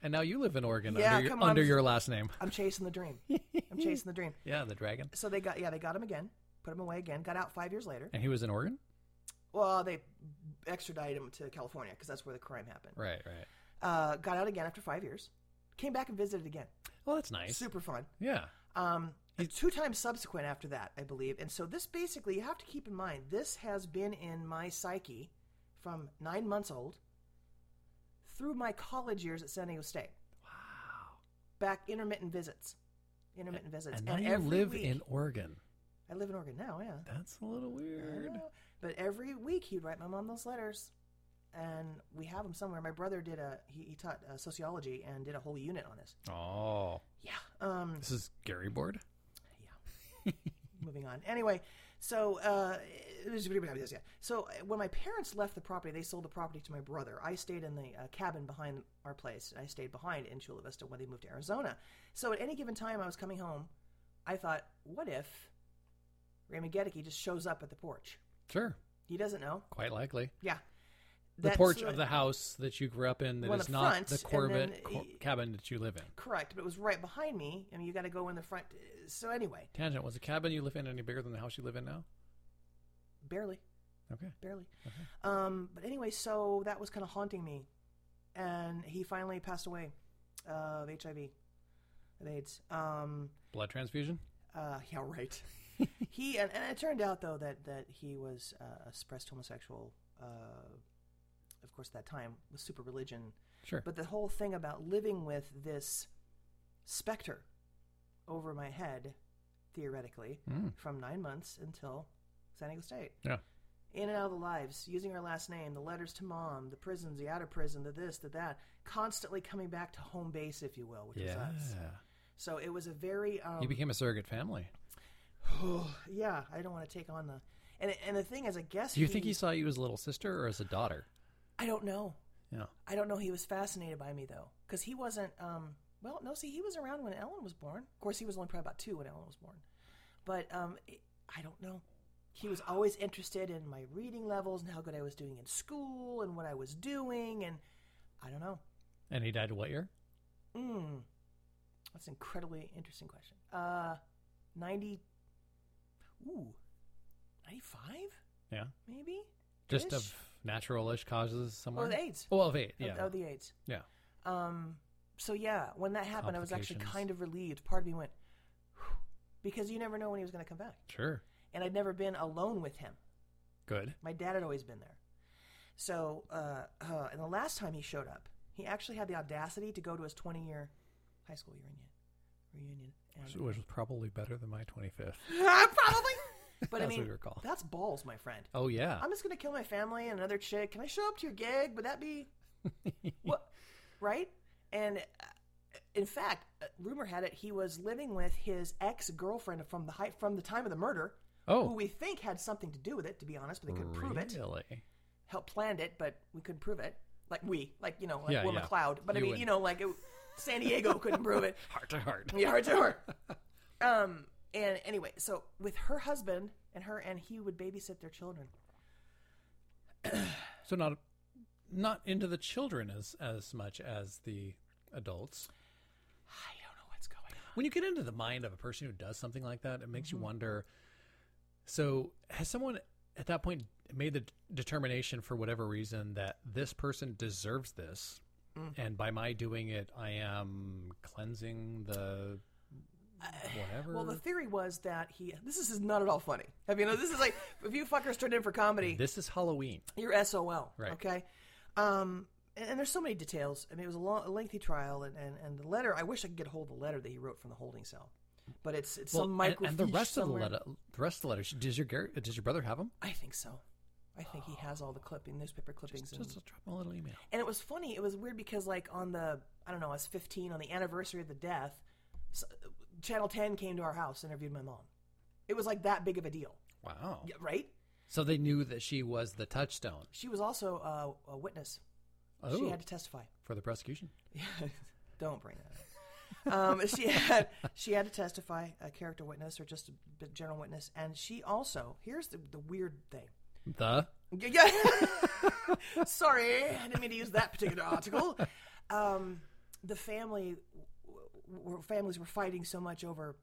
[SPEAKER 1] and now you live in oregon
[SPEAKER 2] Yeah,
[SPEAKER 1] under,
[SPEAKER 2] come
[SPEAKER 1] your,
[SPEAKER 2] on.
[SPEAKER 1] under your last name
[SPEAKER 2] I'm chasing the dream. I'm chasing the dream.
[SPEAKER 1] yeah the dragon
[SPEAKER 2] So they got yeah, they got him again, put him away again, got out five years later.
[SPEAKER 1] and he was in oregon
[SPEAKER 2] Well, they extradited him to California because that's where the crime happened.
[SPEAKER 1] right right
[SPEAKER 2] Uh, got out again after five years, came back and visited again.
[SPEAKER 1] well that's nice
[SPEAKER 2] Super fun.
[SPEAKER 1] yeah
[SPEAKER 2] Um, two times subsequent after that, I believe. And so this basically, you have to keep in mind, this has been in my psyche from nine months old through my college years at San Diego State.
[SPEAKER 1] wow
[SPEAKER 2] Back intermittent visits, intermittent visits,
[SPEAKER 1] And now you
[SPEAKER 2] every
[SPEAKER 1] live
[SPEAKER 2] week-
[SPEAKER 1] in Oregon.
[SPEAKER 2] I live in Oregon now. Yeah.
[SPEAKER 1] That's a little
[SPEAKER 2] I
[SPEAKER 1] weird.
[SPEAKER 2] know. But every week he'd write my mom those letters, and we have them somewhere. My brother did a he, he taught uh, sociology and did a whole unit on this.
[SPEAKER 1] Oh,
[SPEAKER 2] Yeah. Um.
[SPEAKER 1] this is Gary board.
[SPEAKER 2] moving on. Anyway, so uh, it was pretty bad, yeah. So uh, when my parents left the property, they sold the property to my brother. I stayed in the uh, cabin behind our place. I stayed behind in Chula Vista when they moved to Arizona. So at any given time, I was coming home. I thought, what if Raymond Gedeke just shows up at the porch?
[SPEAKER 1] Sure,
[SPEAKER 2] He doesn't know.
[SPEAKER 1] quite likely.
[SPEAKER 2] Yeah.
[SPEAKER 1] The
[SPEAKER 2] That's
[SPEAKER 1] porch
[SPEAKER 2] what-
[SPEAKER 1] of the house that you grew up in that
[SPEAKER 2] Well,
[SPEAKER 1] is
[SPEAKER 2] the
[SPEAKER 1] not
[SPEAKER 2] front,
[SPEAKER 1] the
[SPEAKER 2] and
[SPEAKER 1] Corvette
[SPEAKER 2] then
[SPEAKER 1] cor-
[SPEAKER 2] y-
[SPEAKER 1] cabin that you live in.
[SPEAKER 2] Correct, but it was right behind me. I mean, you got to go in the front. So anyway,
[SPEAKER 1] Tangent, was the cabin you live in any bigger than the house you live in now?
[SPEAKER 2] barely,
[SPEAKER 1] Okay.
[SPEAKER 2] barely. Um, but anyway, so that was kind of haunting me, and he finally passed away uh, of HIV, of AIDS. Um,
[SPEAKER 1] Blood transfusion?
[SPEAKER 2] uh, yeah, right. he and, and it turned out though that that he was uh, a suppressed homosexual. Uh, of course, at that time was super religion.
[SPEAKER 1] Sure.
[SPEAKER 2] But the whole thing about living with this specter over my head, theoretically,
[SPEAKER 1] Mm.
[SPEAKER 2] from nine months until San Diego State.
[SPEAKER 1] Yeah.
[SPEAKER 2] In and out of the lives, using our last name, the letters to mom, the prisons, the outer prison, the this, the that, constantly coming back to home base, if you will, which
[SPEAKER 1] Yeah.
[SPEAKER 2] was us. So it was a very. Um,
[SPEAKER 1] you became a surrogate family.
[SPEAKER 2] yeah, I don't want to take on the. And, and the thing is, I guess.
[SPEAKER 1] Do you think he saw you as a little sister or as a daughter?
[SPEAKER 2] I don't know.
[SPEAKER 1] Yeah.
[SPEAKER 2] I don't know. He was fascinated by me though, because he wasn't. Um, well, no, see, he was around when Ellen was born. Of course, he was only probably about two when Ellen was born, but um, it, I don't know. He was always interested in my reading levels and how good I was doing in school and what I was doing, and I don't know.
[SPEAKER 1] And he died what year?
[SPEAKER 2] Mm, that's an incredibly interesting question. Uh, ninety. Ooh, ninety-five
[SPEAKER 1] Yeah.
[SPEAKER 2] maybe.
[SPEAKER 1] Just
[SPEAKER 2] Ish?
[SPEAKER 1] of naturalish causes somewhere.
[SPEAKER 2] Oh, the AIDS.
[SPEAKER 1] Oh, of eight.
[SPEAKER 2] Of-
[SPEAKER 1] Yeah.
[SPEAKER 2] Of, the AIDS.
[SPEAKER 1] yeah.
[SPEAKER 2] Um, so yeah, when that happened, I was actually
[SPEAKER 1] Complications.
[SPEAKER 2] kind of relieved. Part of me went, "Whew," because you never know when he was going to come back,
[SPEAKER 1] Sure.
[SPEAKER 2] and I'd never been alone with him.
[SPEAKER 1] Good.
[SPEAKER 2] My dad had always been there. So, uh, uh, and the last time he showed up, he actually had the audacity to go to his 20-year high school reunion. Reunion. And- Ah,
[SPEAKER 1] Which was probably better than my 25th.
[SPEAKER 2] probably. But I
[SPEAKER 1] That's
[SPEAKER 2] mean,
[SPEAKER 1] what we recall.
[SPEAKER 2] that's balls, my friend.
[SPEAKER 1] Oh, yeah.
[SPEAKER 2] I'm just gonna kill my family and another chick. Can I show up to your gig? Would that be what? Right? And uh, in fact, uh, rumor had it he was living with his ex girlfriend from the high, from the time of the murder, who
[SPEAKER 1] oh,
[SPEAKER 2] we think had something to do with it. To be honest, but they couldn't prove it.
[SPEAKER 1] really?
[SPEAKER 2] Help planned it, but we couldn't prove it. Like we, like you know, like
[SPEAKER 1] Yeah,
[SPEAKER 2] Will
[SPEAKER 1] yeah.
[SPEAKER 2] McLeod. But
[SPEAKER 1] You
[SPEAKER 2] I mean,
[SPEAKER 1] and-
[SPEAKER 2] you know, like it, San Diego couldn't prove it.
[SPEAKER 1] Heart to heart.
[SPEAKER 2] Yeah, hard to her. Um, and anyway, so with her husband and her and he would babysit their children.
[SPEAKER 1] So not not into the children as as much as the adults.
[SPEAKER 2] I don't know what's going on.
[SPEAKER 1] When you get into the mind of a person who does something like that, it makes
[SPEAKER 2] Mm-hmm.
[SPEAKER 1] you wonder. So has someone at that point made the determination for whatever reason that this person deserves this,
[SPEAKER 2] Mm.
[SPEAKER 1] and by my doing it, I am cleansing the whatever.
[SPEAKER 2] Uh, Well, the theory was that he. This is not at all funny. I mean, this is like if you fuckers turned in for comedy,
[SPEAKER 1] this is Halloween.
[SPEAKER 2] you're SOL.
[SPEAKER 1] Right.
[SPEAKER 2] Okay. Um, and, and there's so many details. I mean, it was a, long, a lengthy trial, and, and, and the letter. I wish I could get hold of the letter that he wrote from the holding cell, but it's it's some
[SPEAKER 1] and,
[SPEAKER 2] microfiche
[SPEAKER 1] and the rest
[SPEAKER 2] somewhere.
[SPEAKER 1] of the letter, the rest of the letters. Does your gar- does your brother have them?
[SPEAKER 2] I think so. I think he has all the clipping, newspaper clippings,
[SPEAKER 1] Just,
[SPEAKER 2] and
[SPEAKER 1] just drop him a little email.
[SPEAKER 2] And it was funny. It was weird because, like, on the I don't know, I was 15 on the anniversary of the death. s Channel 10 came to our house, interviewed my mom. It was like that big of a deal,
[SPEAKER 1] Wow.
[SPEAKER 2] Yeah, right?
[SPEAKER 1] So they knew that she was the touchstone.
[SPEAKER 2] She was also uh, a witness.
[SPEAKER 1] Oh,
[SPEAKER 2] She had to testify.
[SPEAKER 1] for the prosecution.
[SPEAKER 2] don't bring that. Up. Um, she had she had to testify, a character witness or just a b- general witness, and she also here's the, the weird thing.
[SPEAKER 1] The
[SPEAKER 2] Y- Yeah. Sorry, I didn't mean to use that particular article. Um, the family, w- w- were- families were fighting so much over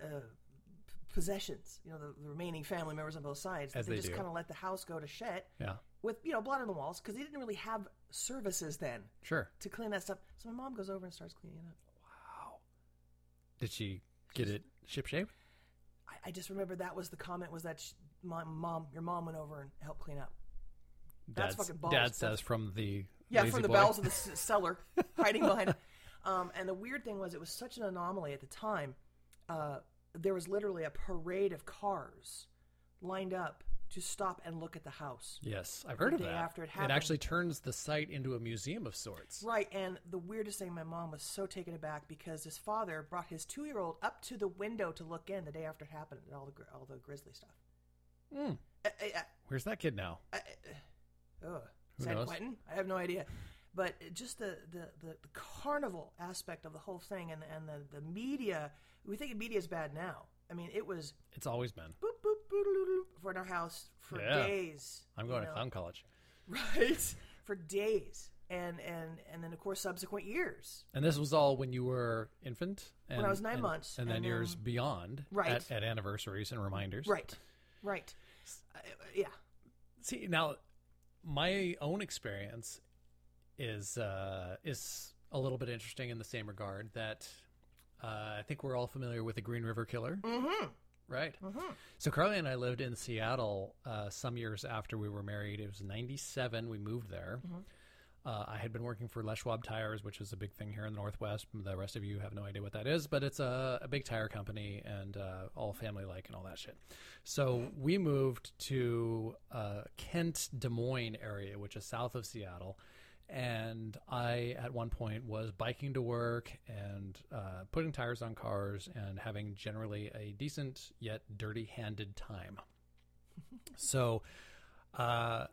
[SPEAKER 2] uh, p- possessions. You know, the, the remaining family members on both sides. that
[SPEAKER 1] As
[SPEAKER 2] they,
[SPEAKER 1] they
[SPEAKER 2] just
[SPEAKER 1] do.
[SPEAKER 2] kind of let the house go to shit
[SPEAKER 1] yeah,
[SPEAKER 2] with you know blood on the walls because they didn't really have services then
[SPEAKER 1] sure.
[SPEAKER 2] to clean that stuff. So my mom goes over and starts cleaning up.
[SPEAKER 1] Did she get it shipshape?
[SPEAKER 2] I, I just remember that was the comment was that she, my mom, your mom went over and helped clean up. That's
[SPEAKER 1] Dad's-
[SPEAKER 2] fucking balls.
[SPEAKER 1] Dad
[SPEAKER 2] That's-
[SPEAKER 1] says from the
[SPEAKER 2] Yeah,
[SPEAKER 1] lazy
[SPEAKER 2] from the
[SPEAKER 1] boy.
[SPEAKER 2] bowels of the s- cellar, hiding behind. Um, and the weird thing was, it was such an anomaly at the time. Uh, there was literally a parade of cars lined up to stop and look at the house.
[SPEAKER 1] Yes, I've heard of
[SPEAKER 2] day
[SPEAKER 1] that.
[SPEAKER 2] after it happened.
[SPEAKER 1] actually turns the site into a museum of sorts.
[SPEAKER 2] Right, and the weirdest thing, my mom was so taken aback because his father brought his two-year-old up to the window to look in the day after it happened and all the gri- all the grisly stuff.
[SPEAKER 1] Hmm.
[SPEAKER 2] Uh, uh,
[SPEAKER 1] Where's that kid now?
[SPEAKER 2] Ugh.
[SPEAKER 1] Who
[SPEAKER 2] San
[SPEAKER 1] knows?
[SPEAKER 2] Quentin? I have no idea. But it- just the, the, the, the carnival aspect of the whole thing and, and the, the media, we think media is bad now. I mean, it was
[SPEAKER 1] It's always been.
[SPEAKER 2] boop, boop, boop, for in our house for
[SPEAKER 1] Yeah.
[SPEAKER 2] days.
[SPEAKER 1] I'm
[SPEAKER 2] you
[SPEAKER 1] going
[SPEAKER 2] know.
[SPEAKER 1] to clown college,
[SPEAKER 2] Right. For days. And, and, and then, of course, subsequent years.
[SPEAKER 1] and this was all when you were infant. And,
[SPEAKER 2] I was nine
[SPEAKER 1] and-
[SPEAKER 2] months,
[SPEAKER 1] and then
[SPEAKER 2] and,
[SPEAKER 1] years
[SPEAKER 2] um,
[SPEAKER 1] beyond.
[SPEAKER 2] right.
[SPEAKER 1] At, at anniversaries and reminders.
[SPEAKER 2] Right. Right. Uh, yeah.
[SPEAKER 1] See now, my own experience is uh, is a little bit interesting in the same regard that uh, I think we're all familiar with the Green River Killer,
[SPEAKER 2] Mm-hmm.
[SPEAKER 1] right?
[SPEAKER 2] Mm-hmm.
[SPEAKER 1] So Carly and I lived in Seattle uh, some years after we were married. It was '97. We moved there. Uh, I had been working for Les Schwab Tires, which is a big thing here in the Northwest. The rest of you have no idea what that is, but it's a, a big tire company and uh, all family like and all that shit. So we moved to uh, Kent, Des Moines area, which is south of Seattle. And I, at one point, was biking to work and uh, putting tires on cars and having generally a decent yet dirty handed time. so, uh,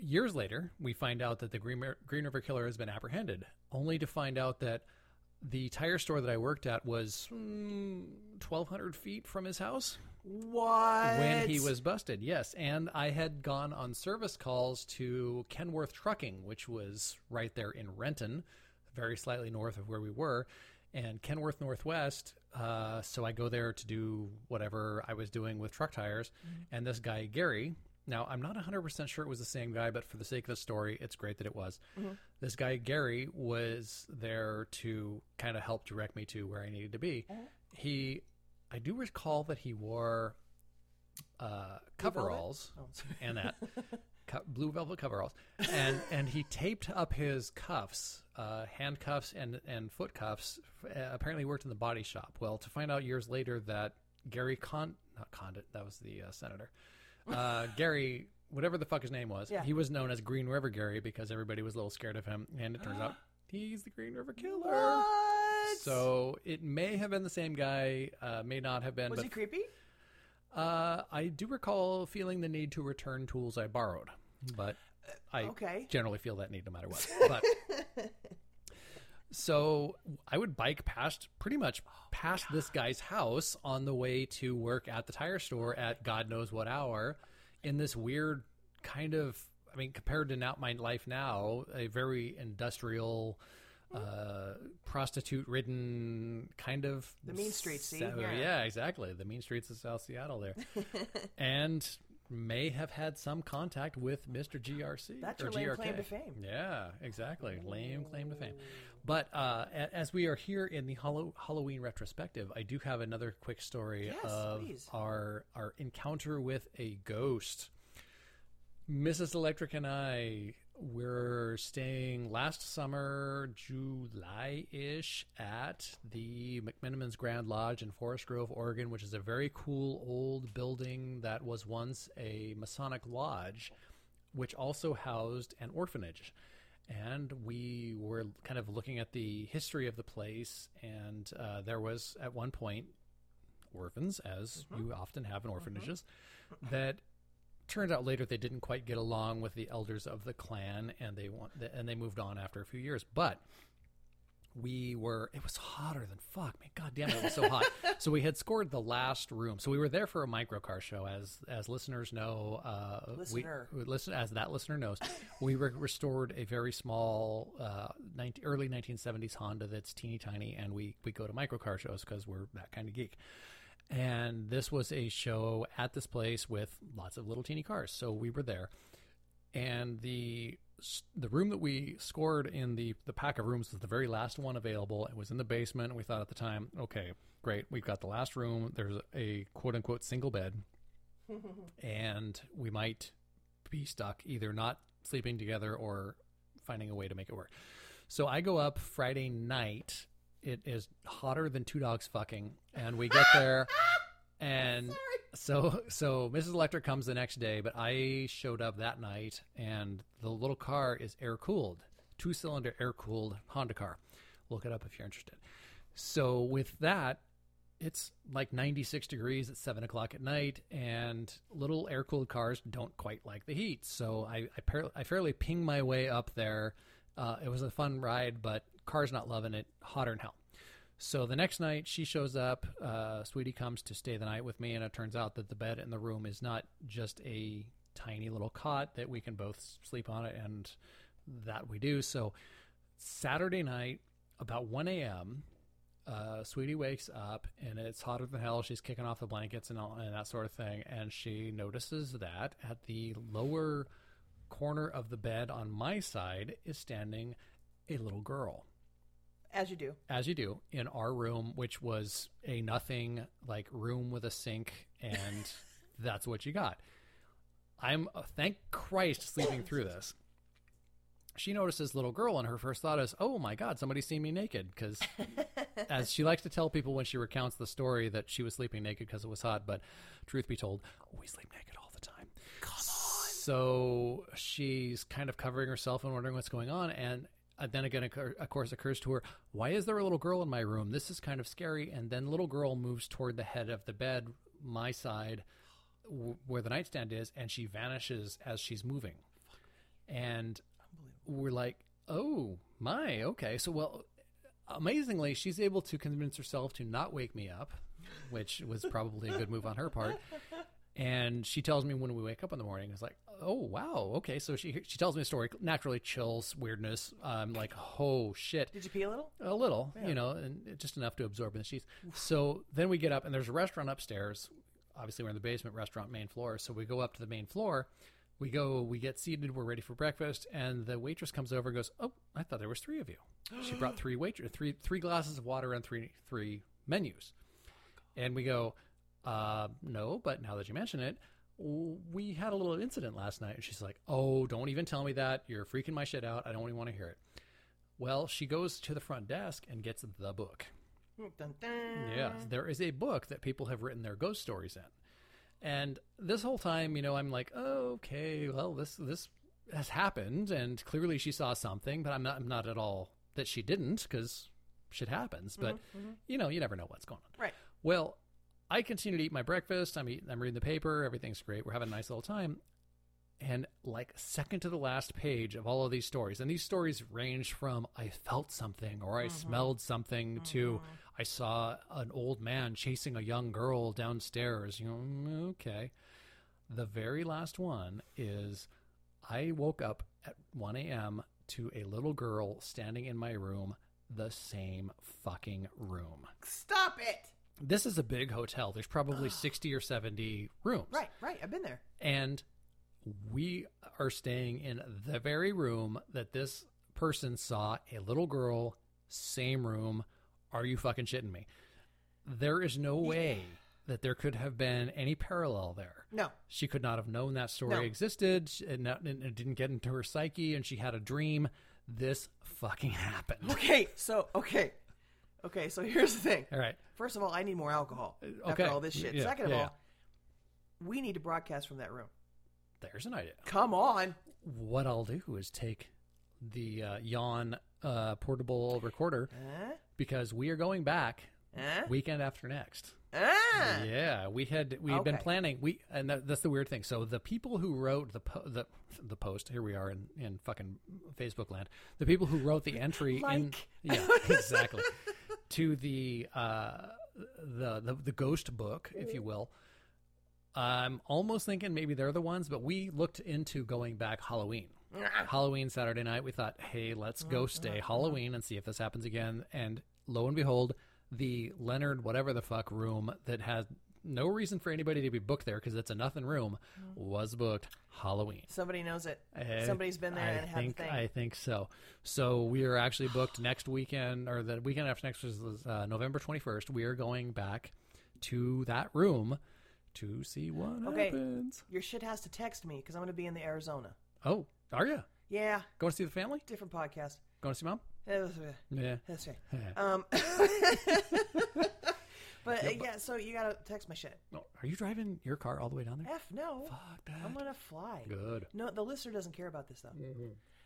[SPEAKER 1] years later, we find out that the Green, Mer- Green River Killer has been apprehended, only to find out that the tire store that I worked at was mm, 1,200 feet from his house
[SPEAKER 2] What?
[SPEAKER 1] when he was busted. Yes, and I had gone on service calls to Kenworth Trucking, which was right there in Renton, very slightly north of where we were, and Kenworth Northwest. Uh, so I go there to do whatever I was doing with truck tires, and this guy Gary. Now I'm not 100% sure it was the same guy, but for the sake of the story, it's great that it was. This guy Gary was there to kind of help direct me to where I needed to be. He, I do recall that he wore uh, coveralls
[SPEAKER 2] Oh, sorry.
[SPEAKER 1] and that co- blue velvet coveralls, and and he taped up his cuffs, uh, handcuffs and and foot cuffs. f- Uh, apparently worked in the body shop. Well, to find out years later that Gary Con not Condit that was the uh, senator, uh, Gary. Whatever the fuck his name was,
[SPEAKER 2] Yeah.
[SPEAKER 1] he was known as Green River Gary because everybody was a little scared of him, and it turns out he's the Green River Killer.
[SPEAKER 2] What?
[SPEAKER 1] So it may have been the same guy, uh, may not have been.
[SPEAKER 2] was
[SPEAKER 1] but
[SPEAKER 2] he creepy?
[SPEAKER 1] uh, I do recall feeling the need to return tools I borrowed, but I
[SPEAKER 2] Uh, okay.
[SPEAKER 1] generally feel that need no matter what. But so I would bike past pretty much past this guy's house on the way to work at the tire store at God knows what hour in this weird kind of I mean compared to now my life now a very industrial uh, prostitute ridden kind of
[SPEAKER 2] The mean streets, see?
[SPEAKER 1] Sa-
[SPEAKER 2] Yeah.
[SPEAKER 1] yeah, exactly. The mean streets of South Seattle there. and may have had some contact with Mr. GRC.
[SPEAKER 2] That's
[SPEAKER 1] or
[SPEAKER 2] your lame
[SPEAKER 1] GRK.
[SPEAKER 2] claim to fame.
[SPEAKER 1] Yeah, exactly. Lame claim to fame. But uh, a- as we are here in the Hallo- Halloween retrospective, I do have another quick story
[SPEAKER 2] Yes,
[SPEAKER 1] of
[SPEAKER 2] please.
[SPEAKER 1] our our encounter with a ghost. Mrs. Electric and I were staying last summer, July ish, at the McMenamin's Grand Lodge in Forest Grove, Oregon, which is a very cool old building that was once a Masonic lodge, which also housed an orphanage. And we were kind of looking at the history of the place, and uh, there was at one point orphans, as you often have in orphanages, that turns out later they didn't quite get along with the elders of the clan and they want and they moved on after a few years but we were it was hotter than fuck man god damn it, it was so hot so we had scored the last room so we were there for a microcar show as as listeners know uh we-
[SPEAKER 2] Listener.
[SPEAKER 1] we, listen as that listener knows we re- restored a very small uh 19, early 1970s honda that's teeny tiny and we we go to microcar shows because we're that kind of geek and this was a show at this place with lots of little teeny cars so we were there and the the room that we scored in the the pack of rooms was the very last one available it was in the basement and we thought at the time okay great we've got the last room there's a quote unquote single bed and we might be stuck either not sleeping together or finding a way to make it work so I go up Friday night. It is hotter than two dogs fucking, and we get there, and so so Mrs. Electric comes the next day, but I showed up that night, and the little car is air cooled, two cylinder air cooled Honda car. Look it up if you're interested. So with that, it's like 96 degrees at 7 o'clock at night, and little air cooled cars don't quite like the heat. So I, I, par- I fairly ping my way up there. Uh, it was a fun ride, but car's not loving it, hotter than hell. So the next night, she shows up. Uh, sweetie comes to stay the night with me, and it turns out that the bed in the room is not just a tiny little cot that we can both sleep on it, and that we do. So Saturday night, about 1 a.m., uh, Sweetie wakes up and it's hotter than hell. She's kicking off the blankets and all and that sort of thing. And she notices that at the lower corner of the bed on my side is standing a little girl
[SPEAKER 2] As you do.
[SPEAKER 1] as you do in our room which was a nothing like room with a sink and that's what you got i'm uh, thank christ sleeping through this she notices little girl and her first thought is oh my god somebody's seen me naked because as she likes to tell people when she recounts the story that she was sleeping naked because it was hot but truth be told we sleep naked all the time so she's kind of covering herself and wondering what's going on. And uh, then again, occur- of course, occurs to her, why is there a little girl in my room? This is kind of scary. And then little girl moves toward the head of the bed, my side, w- where the nightstand is, and she vanishes as she's moving. and we're like, oh my, okay. So well, amazingly, she's able to convince herself to not wake me up, which was probably a good move on her part. And she tells me when we wake up in the morning, it's like, oh wow, okay. So she she tells me a story, naturally chills, weirdness. I'm like, oh shit,
[SPEAKER 2] Did you pee a little?
[SPEAKER 1] a little, you know, and just enough to absorb in the sheets. So then we get up, and there's a restaurant upstairs. Obviously, we're in the basement restaurant, main floor. So we go up to the main floor. We go, we get seated, we're ready for breakfast, and the waitress comes over and goes, "Oh, I thought there was three of you." She brought three waitress, three three glasses of water and three three menus, and we go, uh, "No, but now that you mention it." We had a little incident last night, and she's like, "Oh, don't even tell me that. You're freaking my shit out. I don't even want to hear it." Well, she goes to the front desk and gets the book.
[SPEAKER 2] Mm, Dun, dun.
[SPEAKER 1] Yeah, there is a book that people have written their ghost stories in. And this whole time, you know, I'm like, oh, okay, well, this this has happened, and clearly she saw something, but I'm not I'm not at all that she didn't because shit happens. But you know, you never know what's going on.
[SPEAKER 2] Right.
[SPEAKER 1] Well, I continue to eat my breakfast. I'm eating, I'm reading the paper. Everything's great. We're having a nice little time. And like second to the last page of all of these stories, and these stories range from I felt something or I smelled something to I saw an old man chasing a young girl downstairs. You know, mm, okay. The very last one is I woke up at 1 a.m. to a little girl standing in my room, the same fucking room
[SPEAKER 2] Stop it.
[SPEAKER 1] this is a big hotel. There's probably 60 or 70 rooms.
[SPEAKER 2] Ah. Right, right. I've been there.
[SPEAKER 1] And we are staying in the very room that this person saw a little girl, same room. Are you fucking shitting me? There is no way that there could have been any parallel there.
[SPEAKER 2] No.
[SPEAKER 1] She could not have known that story
[SPEAKER 2] No.
[SPEAKER 1] existed. She- It, not, it didn't get into her psyche, and she had a dream. This fucking happened.
[SPEAKER 2] Okay, so okay, okay. So here's the thing.
[SPEAKER 1] All right.
[SPEAKER 2] First of all, I need more alcohol
[SPEAKER 1] Uh, okay.
[SPEAKER 2] after all this shit.
[SPEAKER 1] Yeah,
[SPEAKER 2] Second of
[SPEAKER 1] yeah,
[SPEAKER 2] all, we need to broadcast from that room.
[SPEAKER 1] There's an idea.
[SPEAKER 2] Come on.
[SPEAKER 1] what I'll do is take the uh, yawn uh, portable recorder
[SPEAKER 2] Huh?
[SPEAKER 1] because we are going back
[SPEAKER 2] Huh?
[SPEAKER 1] weekend after next.
[SPEAKER 2] Ah!
[SPEAKER 1] Yeah, we had we had been
[SPEAKER 2] Okay.
[SPEAKER 1] planning. We and that, that's the weird thing. So the people who wrote the po- the the post here we are in in fucking Facebook land. The people who wrote the entry in
[SPEAKER 2] Like.
[SPEAKER 1] yeah exactly to the uh the, the the ghost book if you will. I'm almost thinking maybe they're the ones, but we looked into going back Halloween. Halloween Saturday night, we thought, hey, let's go stay Halloween and see if this happens again. And lo and behold, the Leonard whatever the fuck room that has no reason for anybody to be booked there because it's a nothing room was booked Halloween.
[SPEAKER 2] Somebody knows it.
[SPEAKER 1] Uh,
[SPEAKER 2] Somebody's been there
[SPEAKER 1] I
[SPEAKER 2] and had the
[SPEAKER 1] think,
[SPEAKER 2] thing.
[SPEAKER 1] I think so. So we are actually booked next weekend, or the weekend after next is uh, November 21st. We are going back to that room to see what
[SPEAKER 2] Okay.
[SPEAKER 1] happens.
[SPEAKER 2] Your shit has to text me because I'm going to be in the Arizona.
[SPEAKER 1] Oh, are you
[SPEAKER 2] Yeah,
[SPEAKER 1] going to see the family?
[SPEAKER 2] different podcast.
[SPEAKER 1] Going to see mom? Yeah.
[SPEAKER 2] That's right. Um, but uh, yeah, so you gotta text my shit.
[SPEAKER 1] Oh, are you driving your car all the way down there?
[SPEAKER 2] F no,
[SPEAKER 1] Fuck that.
[SPEAKER 2] I'm gonna fly.
[SPEAKER 1] Good. Mm-hmm.
[SPEAKER 2] No, the listener doesn't care about this though.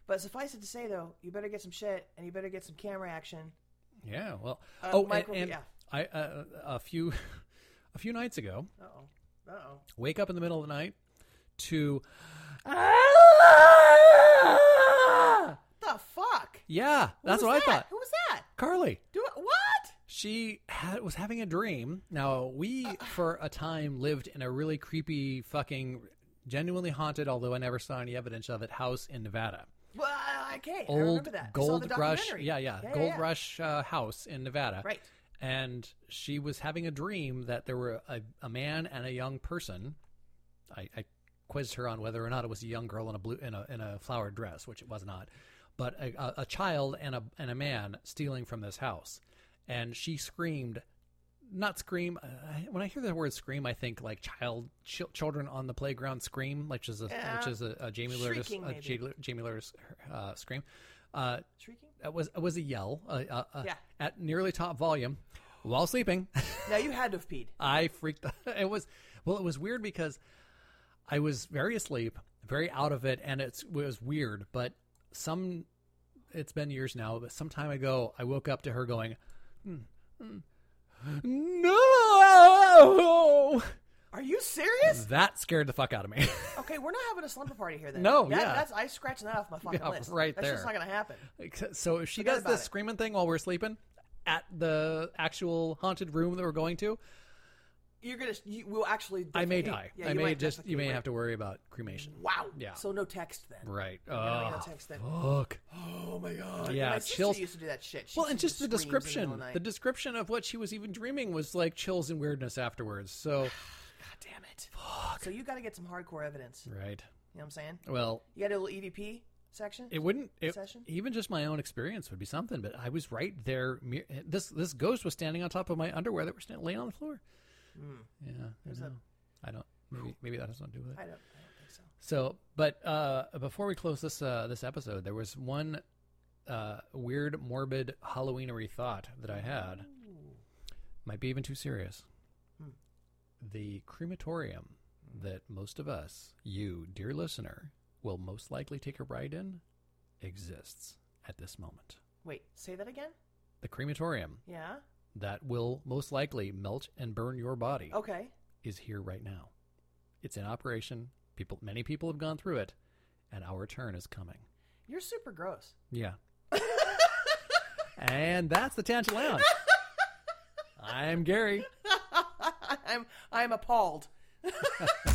[SPEAKER 2] But suffice it to say though, you better get some shit and you better get some camera action.
[SPEAKER 1] Yeah. Well.
[SPEAKER 2] Uh,
[SPEAKER 1] oh,
[SPEAKER 2] Mike will
[SPEAKER 1] and,
[SPEAKER 2] be-
[SPEAKER 1] and
[SPEAKER 2] yeah.
[SPEAKER 1] I uh, a few a few nights ago,
[SPEAKER 2] Uh oh. Uh oh.
[SPEAKER 1] wake up in the middle of the night to
[SPEAKER 2] The fuck?
[SPEAKER 1] "Ah!" yeah. That's
[SPEAKER 2] Who
[SPEAKER 1] what
[SPEAKER 2] was
[SPEAKER 1] I
[SPEAKER 2] that?
[SPEAKER 1] thought.
[SPEAKER 2] Who was that?
[SPEAKER 1] Carly.
[SPEAKER 2] Do it. What?
[SPEAKER 1] She had, was having a dream. Now, we for a time lived in a really creepy, fucking, genuinely haunted, although I never saw any evidence of it, house in Nevada.
[SPEAKER 2] Well, I can't. I
[SPEAKER 1] Old
[SPEAKER 2] remember that. I saw
[SPEAKER 1] Gold
[SPEAKER 2] the
[SPEAKER 1] Rush.
[SPEAKER 2] documentary.
[SPEAKER 1] Yeah, yeah.
[SPEAKER 2] yeah
[SPEAKER 1] Gold
[SPEAKER 2] yeah.
[SPEAKER 1] Rush uh, house in Nevada.
[SPEAKER 2] Right.
[SPEAKER 1] And she was having a dream that there were a, a man and a young person. I, I quizzed her on whether or not it was a young girl in a blue in a in a flowered dress, which it was not, but a, a, a child and a and a man stealing from this house, and she screamed, not scream. Uh, I- when I hear the word scream, I think like child ch- children on the playground scream, which is a
[SPEAKER 2] Yeah.
[SPEAKER 1] which is a, a Jamie Lurtis
[SPEAKER 2] Shrieking,
[SPEAKER 1] a
[SPEAKER 2] maybe.
[SPEAKER 1] Jamie- Jamie Lurtis uh, scream. Uh,
[SPEAKER 2] Shrieking.
[SPEAKER 1] it was it was a yell uh, uh, uh,
[SPEAKER 2] Yeah.
[SPEAKER 1] at nearly top volume while sleeping.
[SPEAKER 2] Now you had to have peed.
[SPEAKER 1] I freaked. It was well, it was weird because I was very asleep, very out of it, and it's, it was weird. But some, it's been years now, but some time ago, I woke up to her going, "Hmm, hmm, "No!"
[SPEAKER 2] Are you serious?
[SPEAKER 1] That scared the fuck out of me.
[SPEAKER 2] Okay, we're not having a slumber party here then.
[SPEAKER 1] No,
[SPEAKER 2] That-
[SPEAKER 1] yeah.
[SPEAKER 2] That's, I scratched that off my fucking
[SPEAKER 1] Yeah,
[SPEAKER 2] list.
[SPEAKER 1] right
[SPEAKER 2] That's just
[SPEAKER 1] there.
[SPEAKER 2] not going to happen.
[SPEAKER 1] so if she
[SPEAKER 2] Forget
[SPEAKER 1] does
[SPEAKER 2] about
[SPEAKER 1] this
[SPEAKER 2] it.
[SPEAKER 1] screaming thing while we're sleeping at the actual haunted room that we're going to,
[SPEAKER 2] You're going to, you will actually.
[SPEAKER 1] I may
[SPEAKER 2] definitely-
[SPEAKER 1] die.
[SPEAKER 2] Yeah,
[SPEAKER 1] I
[SPEAKER 2] you
[SPEAKER 1] may
[SPEAKER 2] might
[SPEAKER 1] just you
[SPEAKER 2] definitely
[SPEAKER 1] may
[SPEAKER 2] wait.
[SPEAKER 1] have to worry about cremation.
[SPEAKER 2] Wow.
[SPEAKER 1] Yeah.
[SPEAKER 2] So no text then.
[SPEAKER 1] Right.
[SPEAKER 2] I got
[SPEAKER 1] Oh,
[SPEAKER 2] a text that-
[SPEAKER 1] fuck.
[SPEAKER 2] Oh my god.
[SPEAKER 1] Yeah,
[SPEAKER 2] My sister
[SPEAKER 1] chills-
[SPEAKER 2] used to do that shit. She
[SPEAKER 1] Well,
[SPEAKER 2] used
[SPEAKER 1] and
[SPEAKER 2] to
[SPEAKER 1] just the
[SPEAKER 2] screams in middle of
[SPEAKER 1] description,
[SPEAKER 2] night.
[SPEAKER 1] the description of what she was even dreaming was like chills and weirdness afterwards. So,
[SPEAKER 2] God damn it. So you got to get some hardcore evidence. You
[SPEAKER 1] right.
[SPEAKER 2] know what I'm saying?
[SPEAKER 1] Well,
[SPEAKER 2] You got a little EVP section?
[SPEAKER 1] it wouldn't it,
[SPEAKER 2] Session?
[SPEAKER 1] even just my own experience would be something. But I was right there. me- This this ghost was standing on top of my underwear that were stand, laying on the floor. Yeah, I, know. I don't. Maybe, maybe that has something to do with it.
[SPEAKER 2] Hmm, I don't, I don't think so.
[SPEAKER 1] So, but uh, before we close this uh, this episode, there was one uh, weird, morbid Halloweenery thought that I had. Might be even too serious. The crematorium that most of us, you, dear listener, will most likely take a ride in, exists at this moment.
[SPEAKER 2] Wait, say that again?
[SPEAKER 1] The crematorium
[SPEAKER 2] Yeah.
[SPEAKER 1] that will most likely melt and burn your body
[SPEAKER 2] Okay.
[SPEAKER 1] is here right now. It's in operation. People, many people have gone through it, and our turn is coming.
[SPEAKER 2] You're super gross.
[SPEAKER 1] Yeah. and that's the Tangent Lounge. I'm Gary.
[SPEAKER 2] I'm I'm appalled.
[SPEAKER 1] Uh,